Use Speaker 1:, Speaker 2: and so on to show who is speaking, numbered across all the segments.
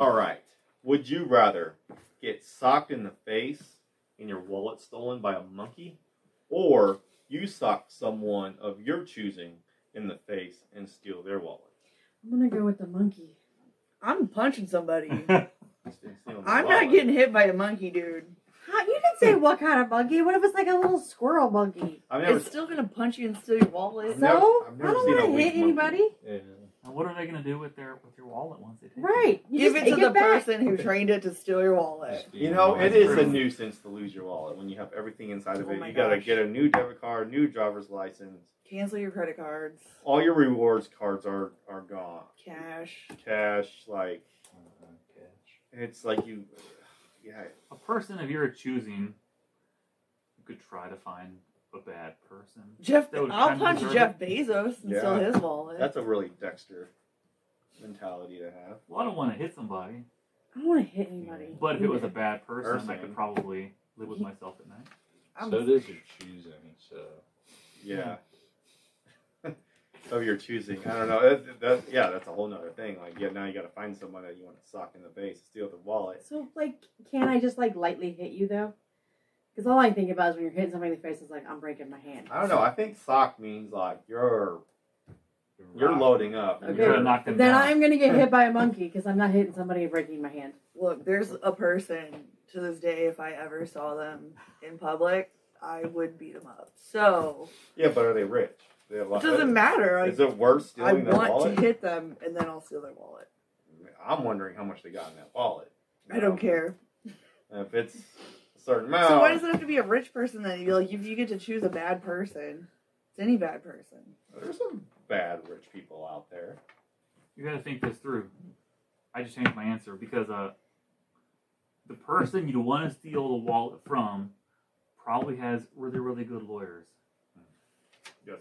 Speaker 1: All right. Would you rather get socked in the face and your wallet stolen by a monkey, or you sock someone of your choosing in the face and steal their wallet?
Speaker 2: I'm gonna go with the monkey.
Speaker 3: I'm punching somebody.
Speaker 1: Just didn't steal my
Speaker 3: I'm
Speaker 1: wallet.
Speaker 3: not getting hit by a monkey, dude.
Speaker 2: How, you didn't say what kind of monkey. What if it's like a little squirrel monkey?
Speaker 1: I've never,
Speaker 3: It's still gonna punch you and steal your
Speaker 1: I've
Speaker 3: wallet.
Speaker 2: So
Speaker 1: never-
Speaker 2: I
Speaker 1: I've never
Speaker 2: don't
Speaker 1: seen a
Speaker 2: want to
Speaker 1: weak
Speaker 2: hit
Speaker 1: monkey.
Speaker 2: anybody.
Speaker 1: yeah.
Speaker 4: And what are they going to do with their with your wallet once they take
Speaker 2: Right. You
Speaker 3: Give
Speaker 2: just
Speaker 3: it to
Speaker 2: take
Speaker 3: the
Speaker 2: back.
Speaker 3: person who trained it to steal your wallet.
Speaker 1: You know, it is a
Speaker 4: True.
Speaker 1: nuisance to lose your wallet when you have everything inside of
Speaker 3: Oh
Speaker 1: it.
Speaker 3: my
Speaker 1: you gotta
Speaker 3: gosh.
Speaker 1: get a new debit card, new driver's license.
Speaker 3: Cancel your credit cards,
Speaker 1: All your rewards cards are are gone.
Speaker 3: cash.
Speaker 1: Cash, like
Speaker 4: it?
Speaker 1: it's like you, yeah.
Speaker 4: A person of your choosing you could try to find a bad person.
Speaker 3: Jeff,
Speaker 4: That would
Speaker 3: I'll
Speaker 4: kinda
Speaker 3: punch
Speaker 4: deserve
Speaker 3: Jeff Bezos and steal
Speaker 1: Yeah.
Speaker 3: his wallet.
Speaker 1: That's a really Dexter mentality to have.
Speaker 4: Well, I don't want to hit somebody,
Speaker 2: I don't want to hit anybody.
Speaker 4: but if it was a bad person, I
Speaker 1: Person.
Speaker 4: could probably live with myself at night.
Speaker 3: I'm-
Speaker 5: So does your choosing. So
Speaker 1: Yeah. of your choosing. I don't know. That, that, yeah, that's a whole nother thing. Like, yeah, now you gotta find someone that you want to sock in the face, steal the wallet.
Speaker 2: So like, can I just like lightly hit you though? Because all I think about is when you're hitting somebody in the face, it's like I'm breaking my hand.
Speaker 1: I don't know. I think sock means like you're you're
Speaker 5: right.
Speaker 1: loading up.
Speaker 4: You
Speaker 2: Okay.
Speaker 4: try to knock them
Speaker 2: Then
Speaker 4: down.
Speaker 2: I'm gonna get hit by a monkey because I'm not hitting somebody and breaking my hand.
Speaker 3: Look, there's a person to this day, if I ever saw them in public, I would beat them up. So
Speaker 1: Yeah, but are they rich? They have
Speaker 3: it
Speaker 1: lot-
Speaker 3: doesn't matter.
Speaker 1: Is
Speaker 3: I,
Speaker 1: it worth
Speaker 3: I
Speaker 1: stealing their
Speaker 3: want
Speaker 1: wallet?
Speaker 3: to hit them and then I'll steal their wallet.
Speaker 1: I'm wondering how much they got in that wallet.
Speaker 3: I don't care.
Speaker 1: If it's a certain amount.
Speaker 3: So why does it have to be a rich person then? You like, if you get to choose a bad person, it's any bad person.
Speaker 1: There's some bad rich people out there.
Speaker 4: You got to think this through. I just changed my answer because uh, the person you'd want to steal the wallet from probably has really, really good lawyers.
Speaker 1: Yes.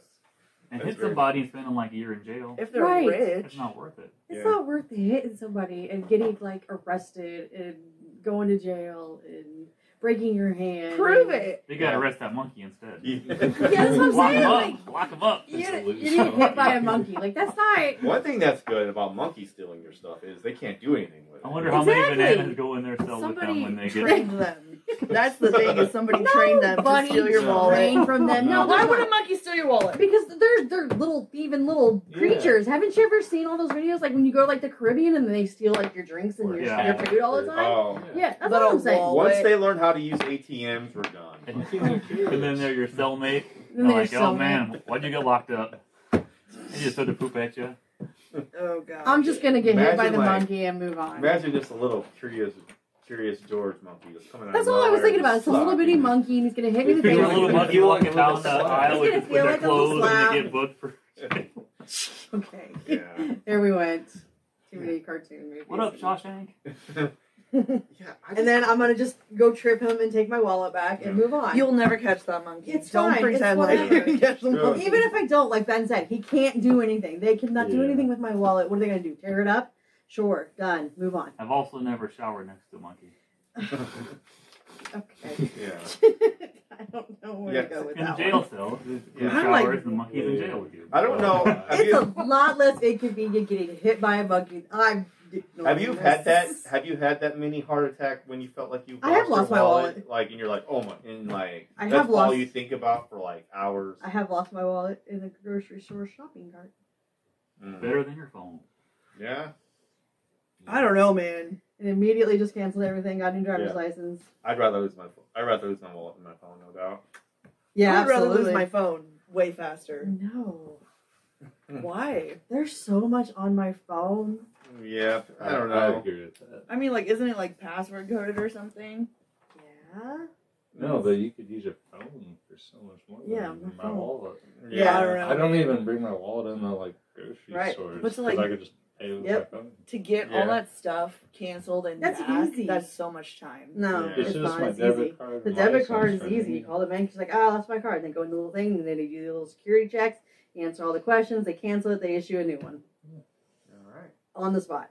Speaker 4: And
Speaker 1: That's
Speaker 4: hit
Speaker 1: very-
Speaker 4: somebody and spending like a year in jail,
Speaker 3: If they're
Speaker 2: Right.
Speaker 3: rich,
Speaker 4: it's not worth it.
Speaker 2: It's
Speaker 1: Yeah.
Speaker 2: not worth hitting somebody and getting like arrested and going to jail and breaking your hand.
Speaker 3: prove it.
Speaker 4: They got to
Speaker 1: Yeah.
Speaker 4: arrest that monkey instead.
Speaker 2: Yeah, that's what I'm
Speaker 4: Lock
Speaker 2: saying,
Speaker 4: him
Speaker 2: like-
Speaker 4: up. Lock him up.
Speaker 2: You
Speaker 5: It's
Speaker 2: get,
Speaker 5: a
Speaker 2: you
Speaker 5: loser.
Speaker 2: get hit by a monkey. Like that's not.
Speaker 1: One thing that's good about monkeys stealing your stuff is they can't do anything with it.
Speaker 4: I wonder
Speaker 2: how
Speaker 4: how
Speaker 2: many Exactly. bananas
Speaker 4: many bananas go in their cell with
Speaker 2: Somebody
Speaker 4: them when they get.
Speaker 3: Train them. That's the thing is somebody trained them to
Speaker 2: Nobody
Speaker 3: steal your
Speaker 5: No.
Speaker 3: wallet.
Speaker 2: trained from them. No,
Speaker 4: No.
Speaker 3: Why
Speaker 2: why
Speaker 3: would a monkey steal your wallet?
Speaker 2: Because they're they're little thieving little
Speaker 5: Yeah.
Speaker 2: creatures. Haven't you ever seen all those videos like when you go to like the Caribbean and they steal like your drinks and your,
Speaker 4: Yeah.
Speaker 2: your food all the time?
Speaker 1: Oh.
Speaker 2: Yeah, that's
Speaker 3: Little
Speaker 2: what I'm saying.
Speaker 3: wall.
Speaker 1: Um, Once they learn how to use ATMs, we're done.
Speaker 4: and then they're your cellmate.
Speaker 2: And
Speaker 4: They're
Speaker 2: they're
Speaker 4: like,
Speaker 2: so
Speaker 4: oh man, why'd you get locked up? They just threw the poop at you.
Speaker 3: Oh god.
Speaker 2: I'm just gonna get hit by
Speaker 1: Imagine,
Speaker 2: the
Speaker 1: like-
Speaker 2: monkey and move on.
Speaker 1: Imagine just a little curious, curious George monkey just coming out.
Speaker 2: That's
Speaker 1: of
Speaker 2: all I was
Speaker 1: nowhere
Speaker 2: thinking
Speaker 1: and
Speaker 2: about.
Speaker 1: just
Speaker 2: It's a little
Speaker 1: sucking
Speaker 2: bitty
Speaker 1: it.
Speaker 2: monkey and he's gonna hit me in the
Speaker 4: You're a
Speaker 2: face.
Speaker 4: little monkey walking down the
Speaker 2: He's
Speaker 4: aisle with,
Speaker 2: gonna
Speaker 4: with
Speaker 2: feel
Speaker 4: their
Speaker 2: like a little
Speaker 4: clothes, and
Speaker 2: slap.
Speaker 4: they get booked for.
Speaker 2: Okay.
Speaker 1: Yeah.
Speaker 2: There we went. Too many cartoon movies.
Speaker 4: What up, Shawshank?
Speaker 1: yeah. I just-
Speaker 2: And then I'm gonna just go trip him and take my wallet back and move on.
Speaker 3: You'll never catch that monkey.
Speaker 2: It's
Speaker 3: Don't
Speaker 2: fine. It's
Speaker 3: pretend like you
Speaker 2: whatever.
Speaker 3: can catch the
Speaker 1: Good.
Speaker 3: monkey.
Speaker 2: Even if I don't, like Ben said, he can't do anything. They cannot do
Speaker 5: Yeah.
Speaker 2: anything with my wallet. What are they gonna do? Tear it up? Sure, done. Move on.
Speaker 4: I've also never showered next to a monkey.
Speaker 2: Okay.
Speaker 1: yeah.
Speaker 2: I don't know where to
Speaker 1: Yes.
Speaker 2: go with
Speaker 4: In the
Speaker 2: that.
Speaker 4: jail
Speaker 2: One.
Speaker 4: cell, the
Speaker 1: Yeah.
Speaker 4: showers
Speaker 3: I'm like-
Speaker 4: and the monkey's in jail with you.
Speaker 1: I don't know. Have
Speaker 2: It's
Speaker 1: you,
Speaker 2: a lot less inconvenient getting hit by a monkey. I'm.
Speaker 1: have you had that? Have you had that mini heart attack when you felt like you?
Speaker 2: I have
Speaker 1: your
Speaker 2: lost my
Speaker 1: Like, and you're like, oh my, and like
Speaker 2: I
Speaker 1: that's
Speaker 2: have
Speaker 1: all
Speaker 2: lost-
Speaker 1: you think about for like hours.
Speaker 2: I have lost my wallet in a grocery store shopping cart.
Speaker 1: Mm.
Speaker 4: Better than your phone.
Speaker 1: Yeah.
Speaker 3: I don't know, man.
Speaker 2: And immediately just canceled everything, got a new driver's
Speaker 1: Yeah.
Speaker 2: license.
Speaker 1: I'd rather lose my. I'd rather lose my wallet than my phone, no doubt.
Speaker 2: Yeah,
Speaker 3: I would rather lose
Speaker 2: absolutely.
Speaker 3: my phone way faster.
Speaker 2: No.
Speaker 3: Why?
Speaker 2: There's so much on my phone.
Speaker 1: Yeah. I don't
Speaker 5: I
Speaker 1: know.
Speaker 5: agree with that.
Speaker 3: I mean, like, isn't it like password coded or something?
Speaker 2: Yeah.
Speaker 5: No, but you could use your phone for so much more.
Speaker 2: Yeah,
Speaker 5: than
Speaker 2: my
Speaker 5: my
Speaker 2: phone.
Speaker 5: wallet.
Speaker 3: Yeah, I don't know.
Speaker 5: I don't even bring my wallet in the like grocery
Speaker 3: Right.
Speaker 5: stores
Speaker 3: But
Speaker 5: because
Speaker 3: to, like-
Speaker 5: I could just pay with
Speaker 3: Yep.
Speaker 5: my phone.
Speaker 3: To get
Speaker 1: Yeah.
Speaker 3: all that stuff canceled and
Speaker 2: That's
Speaker 3: back,
Speaker 2: easy.
Speaker 3: That's so much time.
Speaker 2: No,
Speaker 1: Yeah.
Speaker 5: It's,
Speaker 2: it's,
Speaker 5: just
Speaker 2: not.
Speaker 5: my
Speaker 2: It's
Speaker 5: debit
Speaker 2: easy.
Speaker 5: card. and
Speaker 2: The debit
Speaker 5: license
Speaker 2: card is
Speaker 5: for
Speaker 2: easy.
Speaker 5: me.
Speaker 2: You call the bank, she's like, oh, that's my card. And they go in the little thing, and then they do the little security checks, answer all the questions, they cancel it, they issue a new one
Speaker 1: All right.
Speaker 2: on the spot.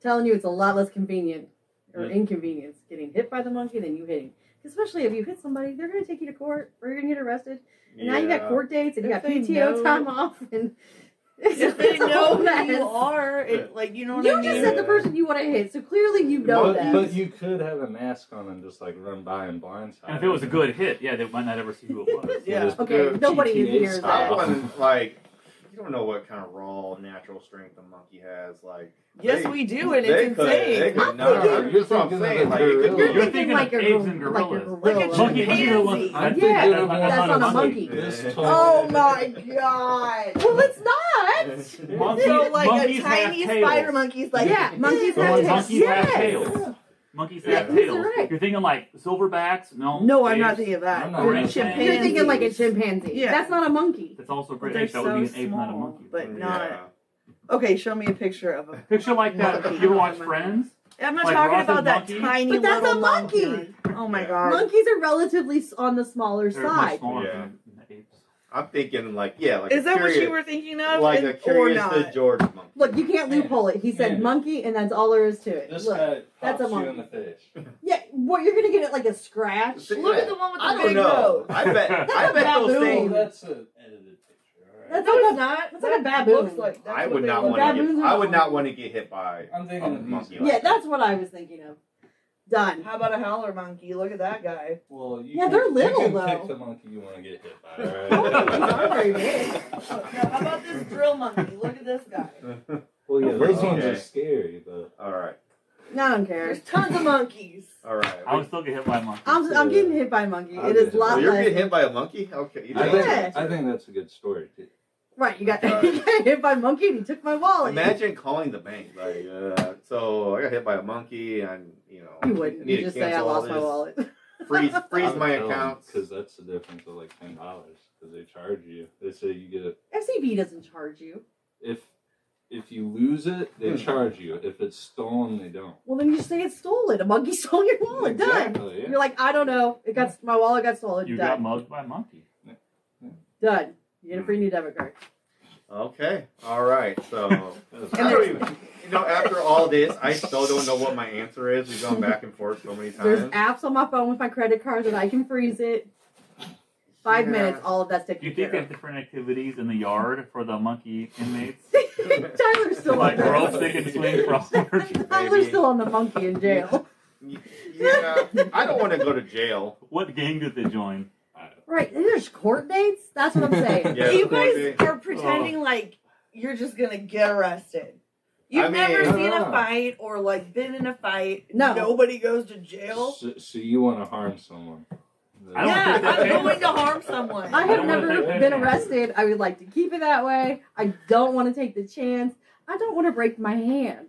Speaker 2: telling you, it's a lot less convenient or
Speaker 5: Yeah.
Speaker 2: inconvenience getting hit by the monkey than you hitting. Especially if you hit somebody, they're going to take you to court or you're going to get arrested. And now you got court dates and you
Speaker 3: If
Speaker 2: got
Speaker 3: they
Speaker 2: PTO
Speaker 3: know-
Speaker 2: time off. And
Speaker 3: if they know who
Speaker 2: Yes.
Speaker 3: you are, it, like you know what I
Speaker 2: You
Speaker 3: mean.
Speaker 2: just said the person you want to hit, so clearly you know
Speaker 5: but,
Speaker 2: them.
Speaker 5: but you could have a mask on and just like run by and blindside.
Speaker 4: And if it was a
Speaker 5: them.
Speaker 4: good hit, yeah, they might not ever see who it was.
Speaker 5: You
Speaker 3: Yeah.
Speaker 5: just
Speaker 2: Okay,
Speaker 5: go
Speaker 2: nobody
Speaker 5: GTA
Speaker 2: even hears
Speaker 1: I
Speaker 5: style.
Speaker 1: wasn't like you don't know what kind of raw natural strength a monkey has. Like
Speaker 3: yes,
Speaker 1: they-
Speaker 3: we do, and
Speaker 1: they
Speaker 3: it's
Speaker 1: could- they
Speaker 3: insane.
Speaker 1: could
Speaker 2: I'm
Speaker 1: not-
Speaker 2: thinking-
Speaker 1: that's what I'm
Speaker 5: You're
Speaker 1: saying,
Speaker 5: thinking
Speaker 1: like, it could be-
Speaker 2: You're,
Speaker 5: of
Speaker 4: You're
Speaker 2: thinking,
Speaker 4: thinking
Speaker 2: like
Speaker 4: of
Speaker 2: a,
Speaker 4: apes
Speaker 2: gor-
Speaker 4: and
Speaker 2: Like a
Speaker 4: gorillas.
Speaker 2: gorilla.
Speaker 3: Like a
Speaker 4: Monkey,
Speaker 3: chimpanzee.
Speaker 4: monkey are the ones-
Speaker 5: I'm
Speaker 2: Yeah,
Speaker 5: thinking of
Speaker 4: that's
Speaker 5: one
Speaker 4: on a
Speaker 2: monkey.
Speaker 5: This
Speaker 1: Yeah.
Speaker 5: tall.
Speaker 3: Oh my god!
Speaker 2: well, it's not.
Speaker 4: Monkey-
Speaker 3: so like
Speaker 4: monkeys
Speaker 3: a
Speaker 4: have
Speaker 3: tiny
Speaker 4: tails.
Speaker 3: spider monkey's like
Speaker 2: Yeah, monkeys
Speaker 3: "Eh."
Speaker 2: have
Speaker 4: Well,
Speaker 2: tails.
Speaker 4: monkeys
Speaker 2: Yes.
Speaker 4: have tails. Monkeys
Speaker 1: Yeah,
Speaker 4: have
Speaker 1: he's
Speaker 4: tails.
Speaker 2: right.
Speaker 4: You're thinking like silverbacks? No.
Speaker 3: No, I'm
Speaker 4: apes.
Speaker 3: not thinking of that.
Speaker 5: I'm not
Speaker 3: You're
Speaker 4: thinking of that.
Speaker 2: You're thinking like a
Speaker 3: chimpanzees.
Speaker 2: chimpanzee.
Speaker 3: Yeah.
Speaker 2: That's not a monkey.
Speaker 4: That's also a
Speaker 3: But
Speaker 4: great
Speaker 3: they're
Speaker 4: ape. That would
Speaker 3: so
Speaker 4: be an ape, not a
Speaker 3: small,
Speaker 4: monkey.
Speaker 3: but not.
Speaker 1: Yeah.
Speaker 3: Okay, show me a picture of a.
Speaker 4: Picture like that.
Speaker 3: Monkey.
Speaker 4: You ever watch Friends?
Speaker 3: I'm not
Speaker 4: Like
Speaker 3: talking
Speaker 4: Ross's
Speaker 3: about that
Speaker 4: monkey?
Speaker 3: tiny
Speaker 2: But that's
Speaker 3: little
Speaker 2: a monkey.
Speaker 3: Oh my
Speaker 1: Yeah.
Speaker 3: god!
Speaker 2: Monkeys are relatively s- on the smaller
Speaker 4: They're much
Speaker 2: side.
Speaker 4: smaller
Speaker 1: Yeah.
Speaker 4: than than apes.
Speaker 1: I'm thinking like yeah, like
Speaker 3: Is
Speaker 1: a
Speaker 3: that what you
Speaker 1: curious-
Speaker 3: were thinking of?
Speaker 1: Like
Speaker 3: and-
Speaker 1: a
Speaker 3: or
Speaker 1: curious to
Speaker 3: not?
Speaker 1: George monkey.
Speaker 2: Look, you can't
Speaker 5: Yeah.
Speaker 2: loophole it. He said
Speaker 5: Yeah.
Speaker 2: monkey, and that's all there is to it.
Speaker 5: This
Speaker 2: Look.
Speaker 5: guy
Speaker 2: that's
Speaker 5: pops
Speaker 2: a
Speaker 5: you in
Speaker 2: monkey.
Speaker 5: the face.
Speaker 2: Yeah, what you're gonna get it like a scratch.
Speaker 1: See?
Speaker 3: Look at the one with the
Speaker 2: I don't
Speaker 1: I don't
Speaker 3: big
Speaker 1: know.
Speaker 3: nose.
Speaker 1: I bet. I
Speaker 2: That's a
Speaker 1: bet those
Speaker 2: baboon.
Speaker 1: things.
Speaker 5: that's an edited picture. All right.
Speaker 2: That's
Speaker 3: No,
Speaker 2: like
Speaker 3: it's
Speaker 2: a-
Speaker 3: not.
Speaker 2: that's
Speaker 3: That
Speaker 2: like a baboon.
Speaker 3: Looks like that's
Speaker 1: I
Speaker 3: what
Speaker 1: would
Speaker 3: they
Speaker 1: not
Speaker 3: look
Speaker 1: want to
Speaker 2: Baboons
Speaker 1: get.
Speaker 2: are
Speaker 1: I would not
Speaker 2: small.
Speaker 1: want to get hit by.
Speaker 5: I'm
Speaker 1: a
Speaker 5: thinking of
Speaker 1: monkey
Speaker 5: Oh, monkey.
Speaker 1: like
Speaker 2: Yeah, that's what I was thinking of.
Speaker 3: like.
Speaker 2: Done.
Speaker 3: How about a howler monkey? Look at that guy.
Speaker 5: Well, you
Speaker 2: Yeah,
Speaker 5: can,
Speaker 2: they're little,
Speaker 5: you can
Speaker 2: though.
Speaker 5: Pick the monkey you want to get hit by.
Speaker 2: Oh,
Speaker 5: All
Speaker 2: these
Speaker 5: right.
Speaker 2: are very big.
Speaker 3: Oh, now, how about this drill monkey? Look at this guy.
Speaker 5: well, yeah, those
Speaker 1: Okay.
Speaker 5: ones are scary, but
Speaker 1: all right,
Speaker 2: No, I don't care.
Speaker 3: There's tons of monkeys.
Speaker 1: all right.
Speaker 4: I would still get hit by a monkey.
Speaker 2: I'm, I'm getting hit by a monkey.
Speaker 5: I'll
Speaker 2: It
Speaker 5: get
Speaker 2: is
Speaker 5: hit
Speaker 2: a
Speaker 5: by-
Speaker 2: lot
Speaker 1: Well, you're
Speaker 2: less.
Speaker 1: getting hit by a monkey. Okay, you
Speaker 5: I
Speaker 1: think-
Speaker 5: think,
Speaker 2: Yeah.
Speaker 5: I think that's a good story. Too.
Speaker 2: Right, you got, you got hit by a monkey and he took my wallet.
Speaker 1: Imagine calling the bank like, uh, so I got hit by a monkey, and you know,
Speaker 2: you wouldn't.
Speaker 1: need
Speaker 2: You
Speaker 1: to
Speaker 2: just say I
Speaker 1: cancel all
Speaker 2: lost my
Speaker 1: this.
Speaker 2: wallet.
Speaker 1: Freeze, freeze my accounts.
Speaker 5: because that's the difference of like ten dollars because they charge you. They say you get a
Speaker 2: FCB doesn't charge you.
Speaker 5: if if you lose it, they
Speaker 1: Hmm.
Speaker 5: charge you. If it's stolen, they don't.
Speaker 2: Well, then you just say it's stolen. A monkey stole your
Speaker 5: Oh,
Speaker 2: wallet. Done.
Speaker 5: Exactly, yeah.
Speaker 2: You're like, I don't know. It got my wallet got stolen.
Speaker 4: You got
Speaker 2: Done.
Speaker 4: mugged by a monkey.
Speaker 2: Done. You get a free new debit card.
Speaker 1: Okay, all right. So,
Speaker 5: That's-
Speaker 1: I don't even- you know, after all this, I still don't know what my answer is. We've gone back and forth so many
Speaker 2: There's
Speaker 1: times.
Speaker 2: apps on my phone with my credit card that I can freeze it. Five
Speaker 1: Yeah.
Speaker 2: minutes, all of that's
Speaker 4: Do
Speaker 2: taken
Speaker 4: you think
Speaker 2: care
Speaker 4: they have
Speaker 2: of.
Speaker 4: different activities in the yard for the monkey inmates?
Speaker 2: Tyler's still
Speaker 4: like
Speaker 2: on
Speaker 5: we're all
Speaker 4: rope,
Speaker 2: the
Speaker 4: stick, and swing for all
Speaker 2: Tyler's still on the monkey in jail.
Speaker 1: Yeah, I don't want to go to jail.
Speaker 4: What gang did they join?
Speaker 2: Right. and There's court dates? That's what I'm saying.
Speaker 1: Yeah,
Speaker 3: you
Speaker 1: of course
Speaker 3: guys
Speaker 1: they-
Speaker 3: are pretending like you're just gonna get arrested.
Speaker 1: I
Speaker 3: You've
Speaker 1: mean-
Speaker 3: never
Speaker 5: No,
Speaker 3: seen
Speaker 5: no.
Speaker 3: a fight or like been in a fight.
Speaker 2: No.
Speaker 3: Nobody goes to jail.
Speaker 5: So, so you want to harm someone?
Speaker 4: I don't
Speaker 3: yeah,
Speaker 4: think that
Speaker 3: I'm
Speaker 4: happens.
Speaker 3: going to harm someone.
Speaker 2: I
Speaker 4: I
Speaker 2: have
Speaker 4: don't
Speaker 2: never
Speaker 4: wanna take that
Speaker 2: been
Speaker 4: chance.
Speaker 2: arrested. I would like to keep it that way. I don't want to take the chance. I don't want to break my hand.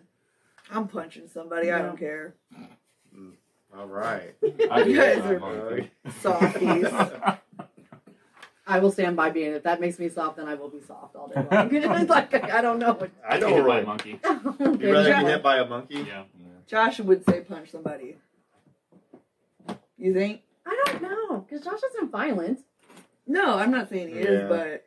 Speaker 3: I'm punching somebody. I
Speaker 2: No.
Speaker 3: don't care.
Speaker 1: All right.
Speaker 5: I do
Speaker 3: You guys
Speaker 5: that,
Speaker 3: are-
Speaker 5: monkey.
Speaker 3: Softies.
Speaker 2: I will stand by being. If that makes me soft, then I will be soft all day long. It's like I don't know. What,
Speaker 1: I
Speaker 4: Get
Speaker 1: know
Speaker 4: hit by
Speaker 1: right.
Speaker 4: a monkey.
Speaker 1: You'd rather
Speaker 2: Yeah.
Speaker 1: be hit by a monkey?
Speaker 4: Yeah.
Speaker 5: Yeah.
Speaker 3: Josh would say punch somebody. You think?
Speaker 2: I don't know because Josh isn't violent.
Speaker 3: No, I'm not saying he
Speaker 1: Yeah.
Speaker 3: is, but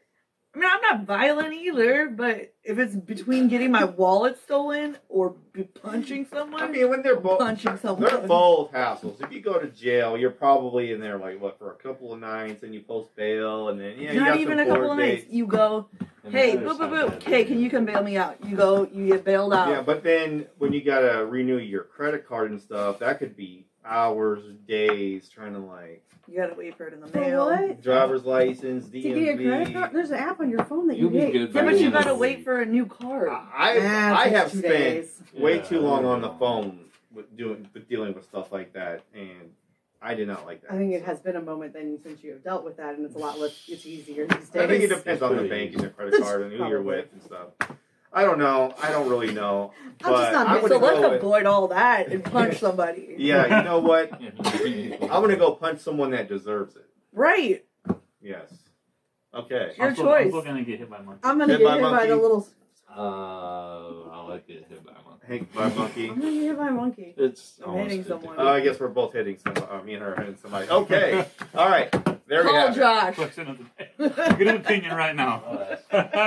Speaker 3: I mean, I'm not violent either. But if it's between getting my wallet stolen or be punching someone,
Speaker 1: I mean, when they're both
Speaker 3: punching someone.
Speaker 1: they're both hassles. If you go to jail, you're probably in there like what for a couple of nights, and you post bail, and then yeah, you
Speaker 3: Not
Speaker 1: got
Speaker 3: even
Speaker 1: some
Speaker 3: a couple
Speaker 1: court
Speaker 3: of nights.
Speaker 1: dates.
Speaker 3: You go,
Speaker 5: And
Speaker 3: hey,
Speaker 5: the
Speaker 3: boo, boo,
Speaker 5: other side
Speaker 3: boo.
Speaker 5: of that
Speaker 3: Hey,
Speaker 5: is-
Speaker 3: can you come bail me out? You go, you get bailed out.
Speaker 1: Yeah, but then when you gotta renew your credit card and stuff, that could be hours, days trying to like
Speaker 3: You gotta wait for it in the
Speaker 2: For
Speaker 3: mail.
Speaker 2: what?
Speaker 1: driver's license, DMV.
Speaker 2: To get a credit card, there's an app on your phone that you
Speaker 5: You'll be
Speaker 2: get.
Speaker 5: good
Speaker 3: Yeah,
Speaker 5: by
Speaker 3: but you
Speaker 5: the end of
Speaker 3: gotta
Speaker 5: the
Speaker 3: wait
Speaker 5: week.
Speaker 3: for a new card.
Speaker 1: I
Speaker 2: Ah,
Speaker 1: I
Speaker 2: takes
Speaker 1: have
Speaker 2: two
Speaker 1: spent
Speaker 2: days.
Speaker 1: way
Speaker 5: Yeah,
Speaker 1: too long on the
Speaker 5: yeah.
Speaker 1: phone with doing with dealing with stuff like that, and I did not like that.
Speaker 2: I think it
Speaker 1: So-
Speaker 2: has been a moment then since you have dealt with that, and it's a lot less. It's easier these days.
Speaker 1: I think it depends on the
Speaker 5: Pretty
Speaker 1: bank and
Speaker 5: easy.
Speaker 1: the credit
Speaker 2: That's
Speaker 1: card and who you're
Speaker 2: probably-
Speaker 1: with and stuff. I don't know. I don't really know.
Speaker 2: just
Speaker 1: But
Speaker 2: not
Speaker 1: I
Speaker 2: mixed
Speaker 1: would
Speaker 3: so
Speaker 2: wouldn't
Speaker 1: go
Speaker 3: let's
Speaker 1: with,
Speaker 3: avoid all that and punch somebody.
Speaker 1: Yeah, you know what? I'm gonna
Speaker 5: Yeah.
Speaker 1: go punch someone that deserves it.
Speaker 3: Right.
Speaker 1: Yes. Okay.
Speaker 3: Your
Speaker 4: I'm still, I'm
Speaker 3: choice.
Speaker 4: still gonna get hit by a monkey.
Speaker 2: I'm gonna
Speaker 1: Hit
Speaker 2: get
Speaker 1: by
Speaker 2: hit by
Speaker 1: monkey.
Speaker 2: the little.
Speaker 5: Uh, I like it hit by a monkey.
Speaker 1: Hank by monkey.
Speaker 2: I'm gonna get hit by a monkey.
Speaker 5: It's
Speaker 3: I'm
Speaker 5: almost
Speaker 3: hitting
Speaker 5: 50.
Speaker 3: someone.
Speaker 1: Oh, I guess we're both hitting somebody. Uh, me and her are hitting somebody. Okay. All right. There we
Speaker 3: Call
Speaker 1: go.
Speaker 3: Josh.
Speaker 4: Question of the day. Get an opinion right now.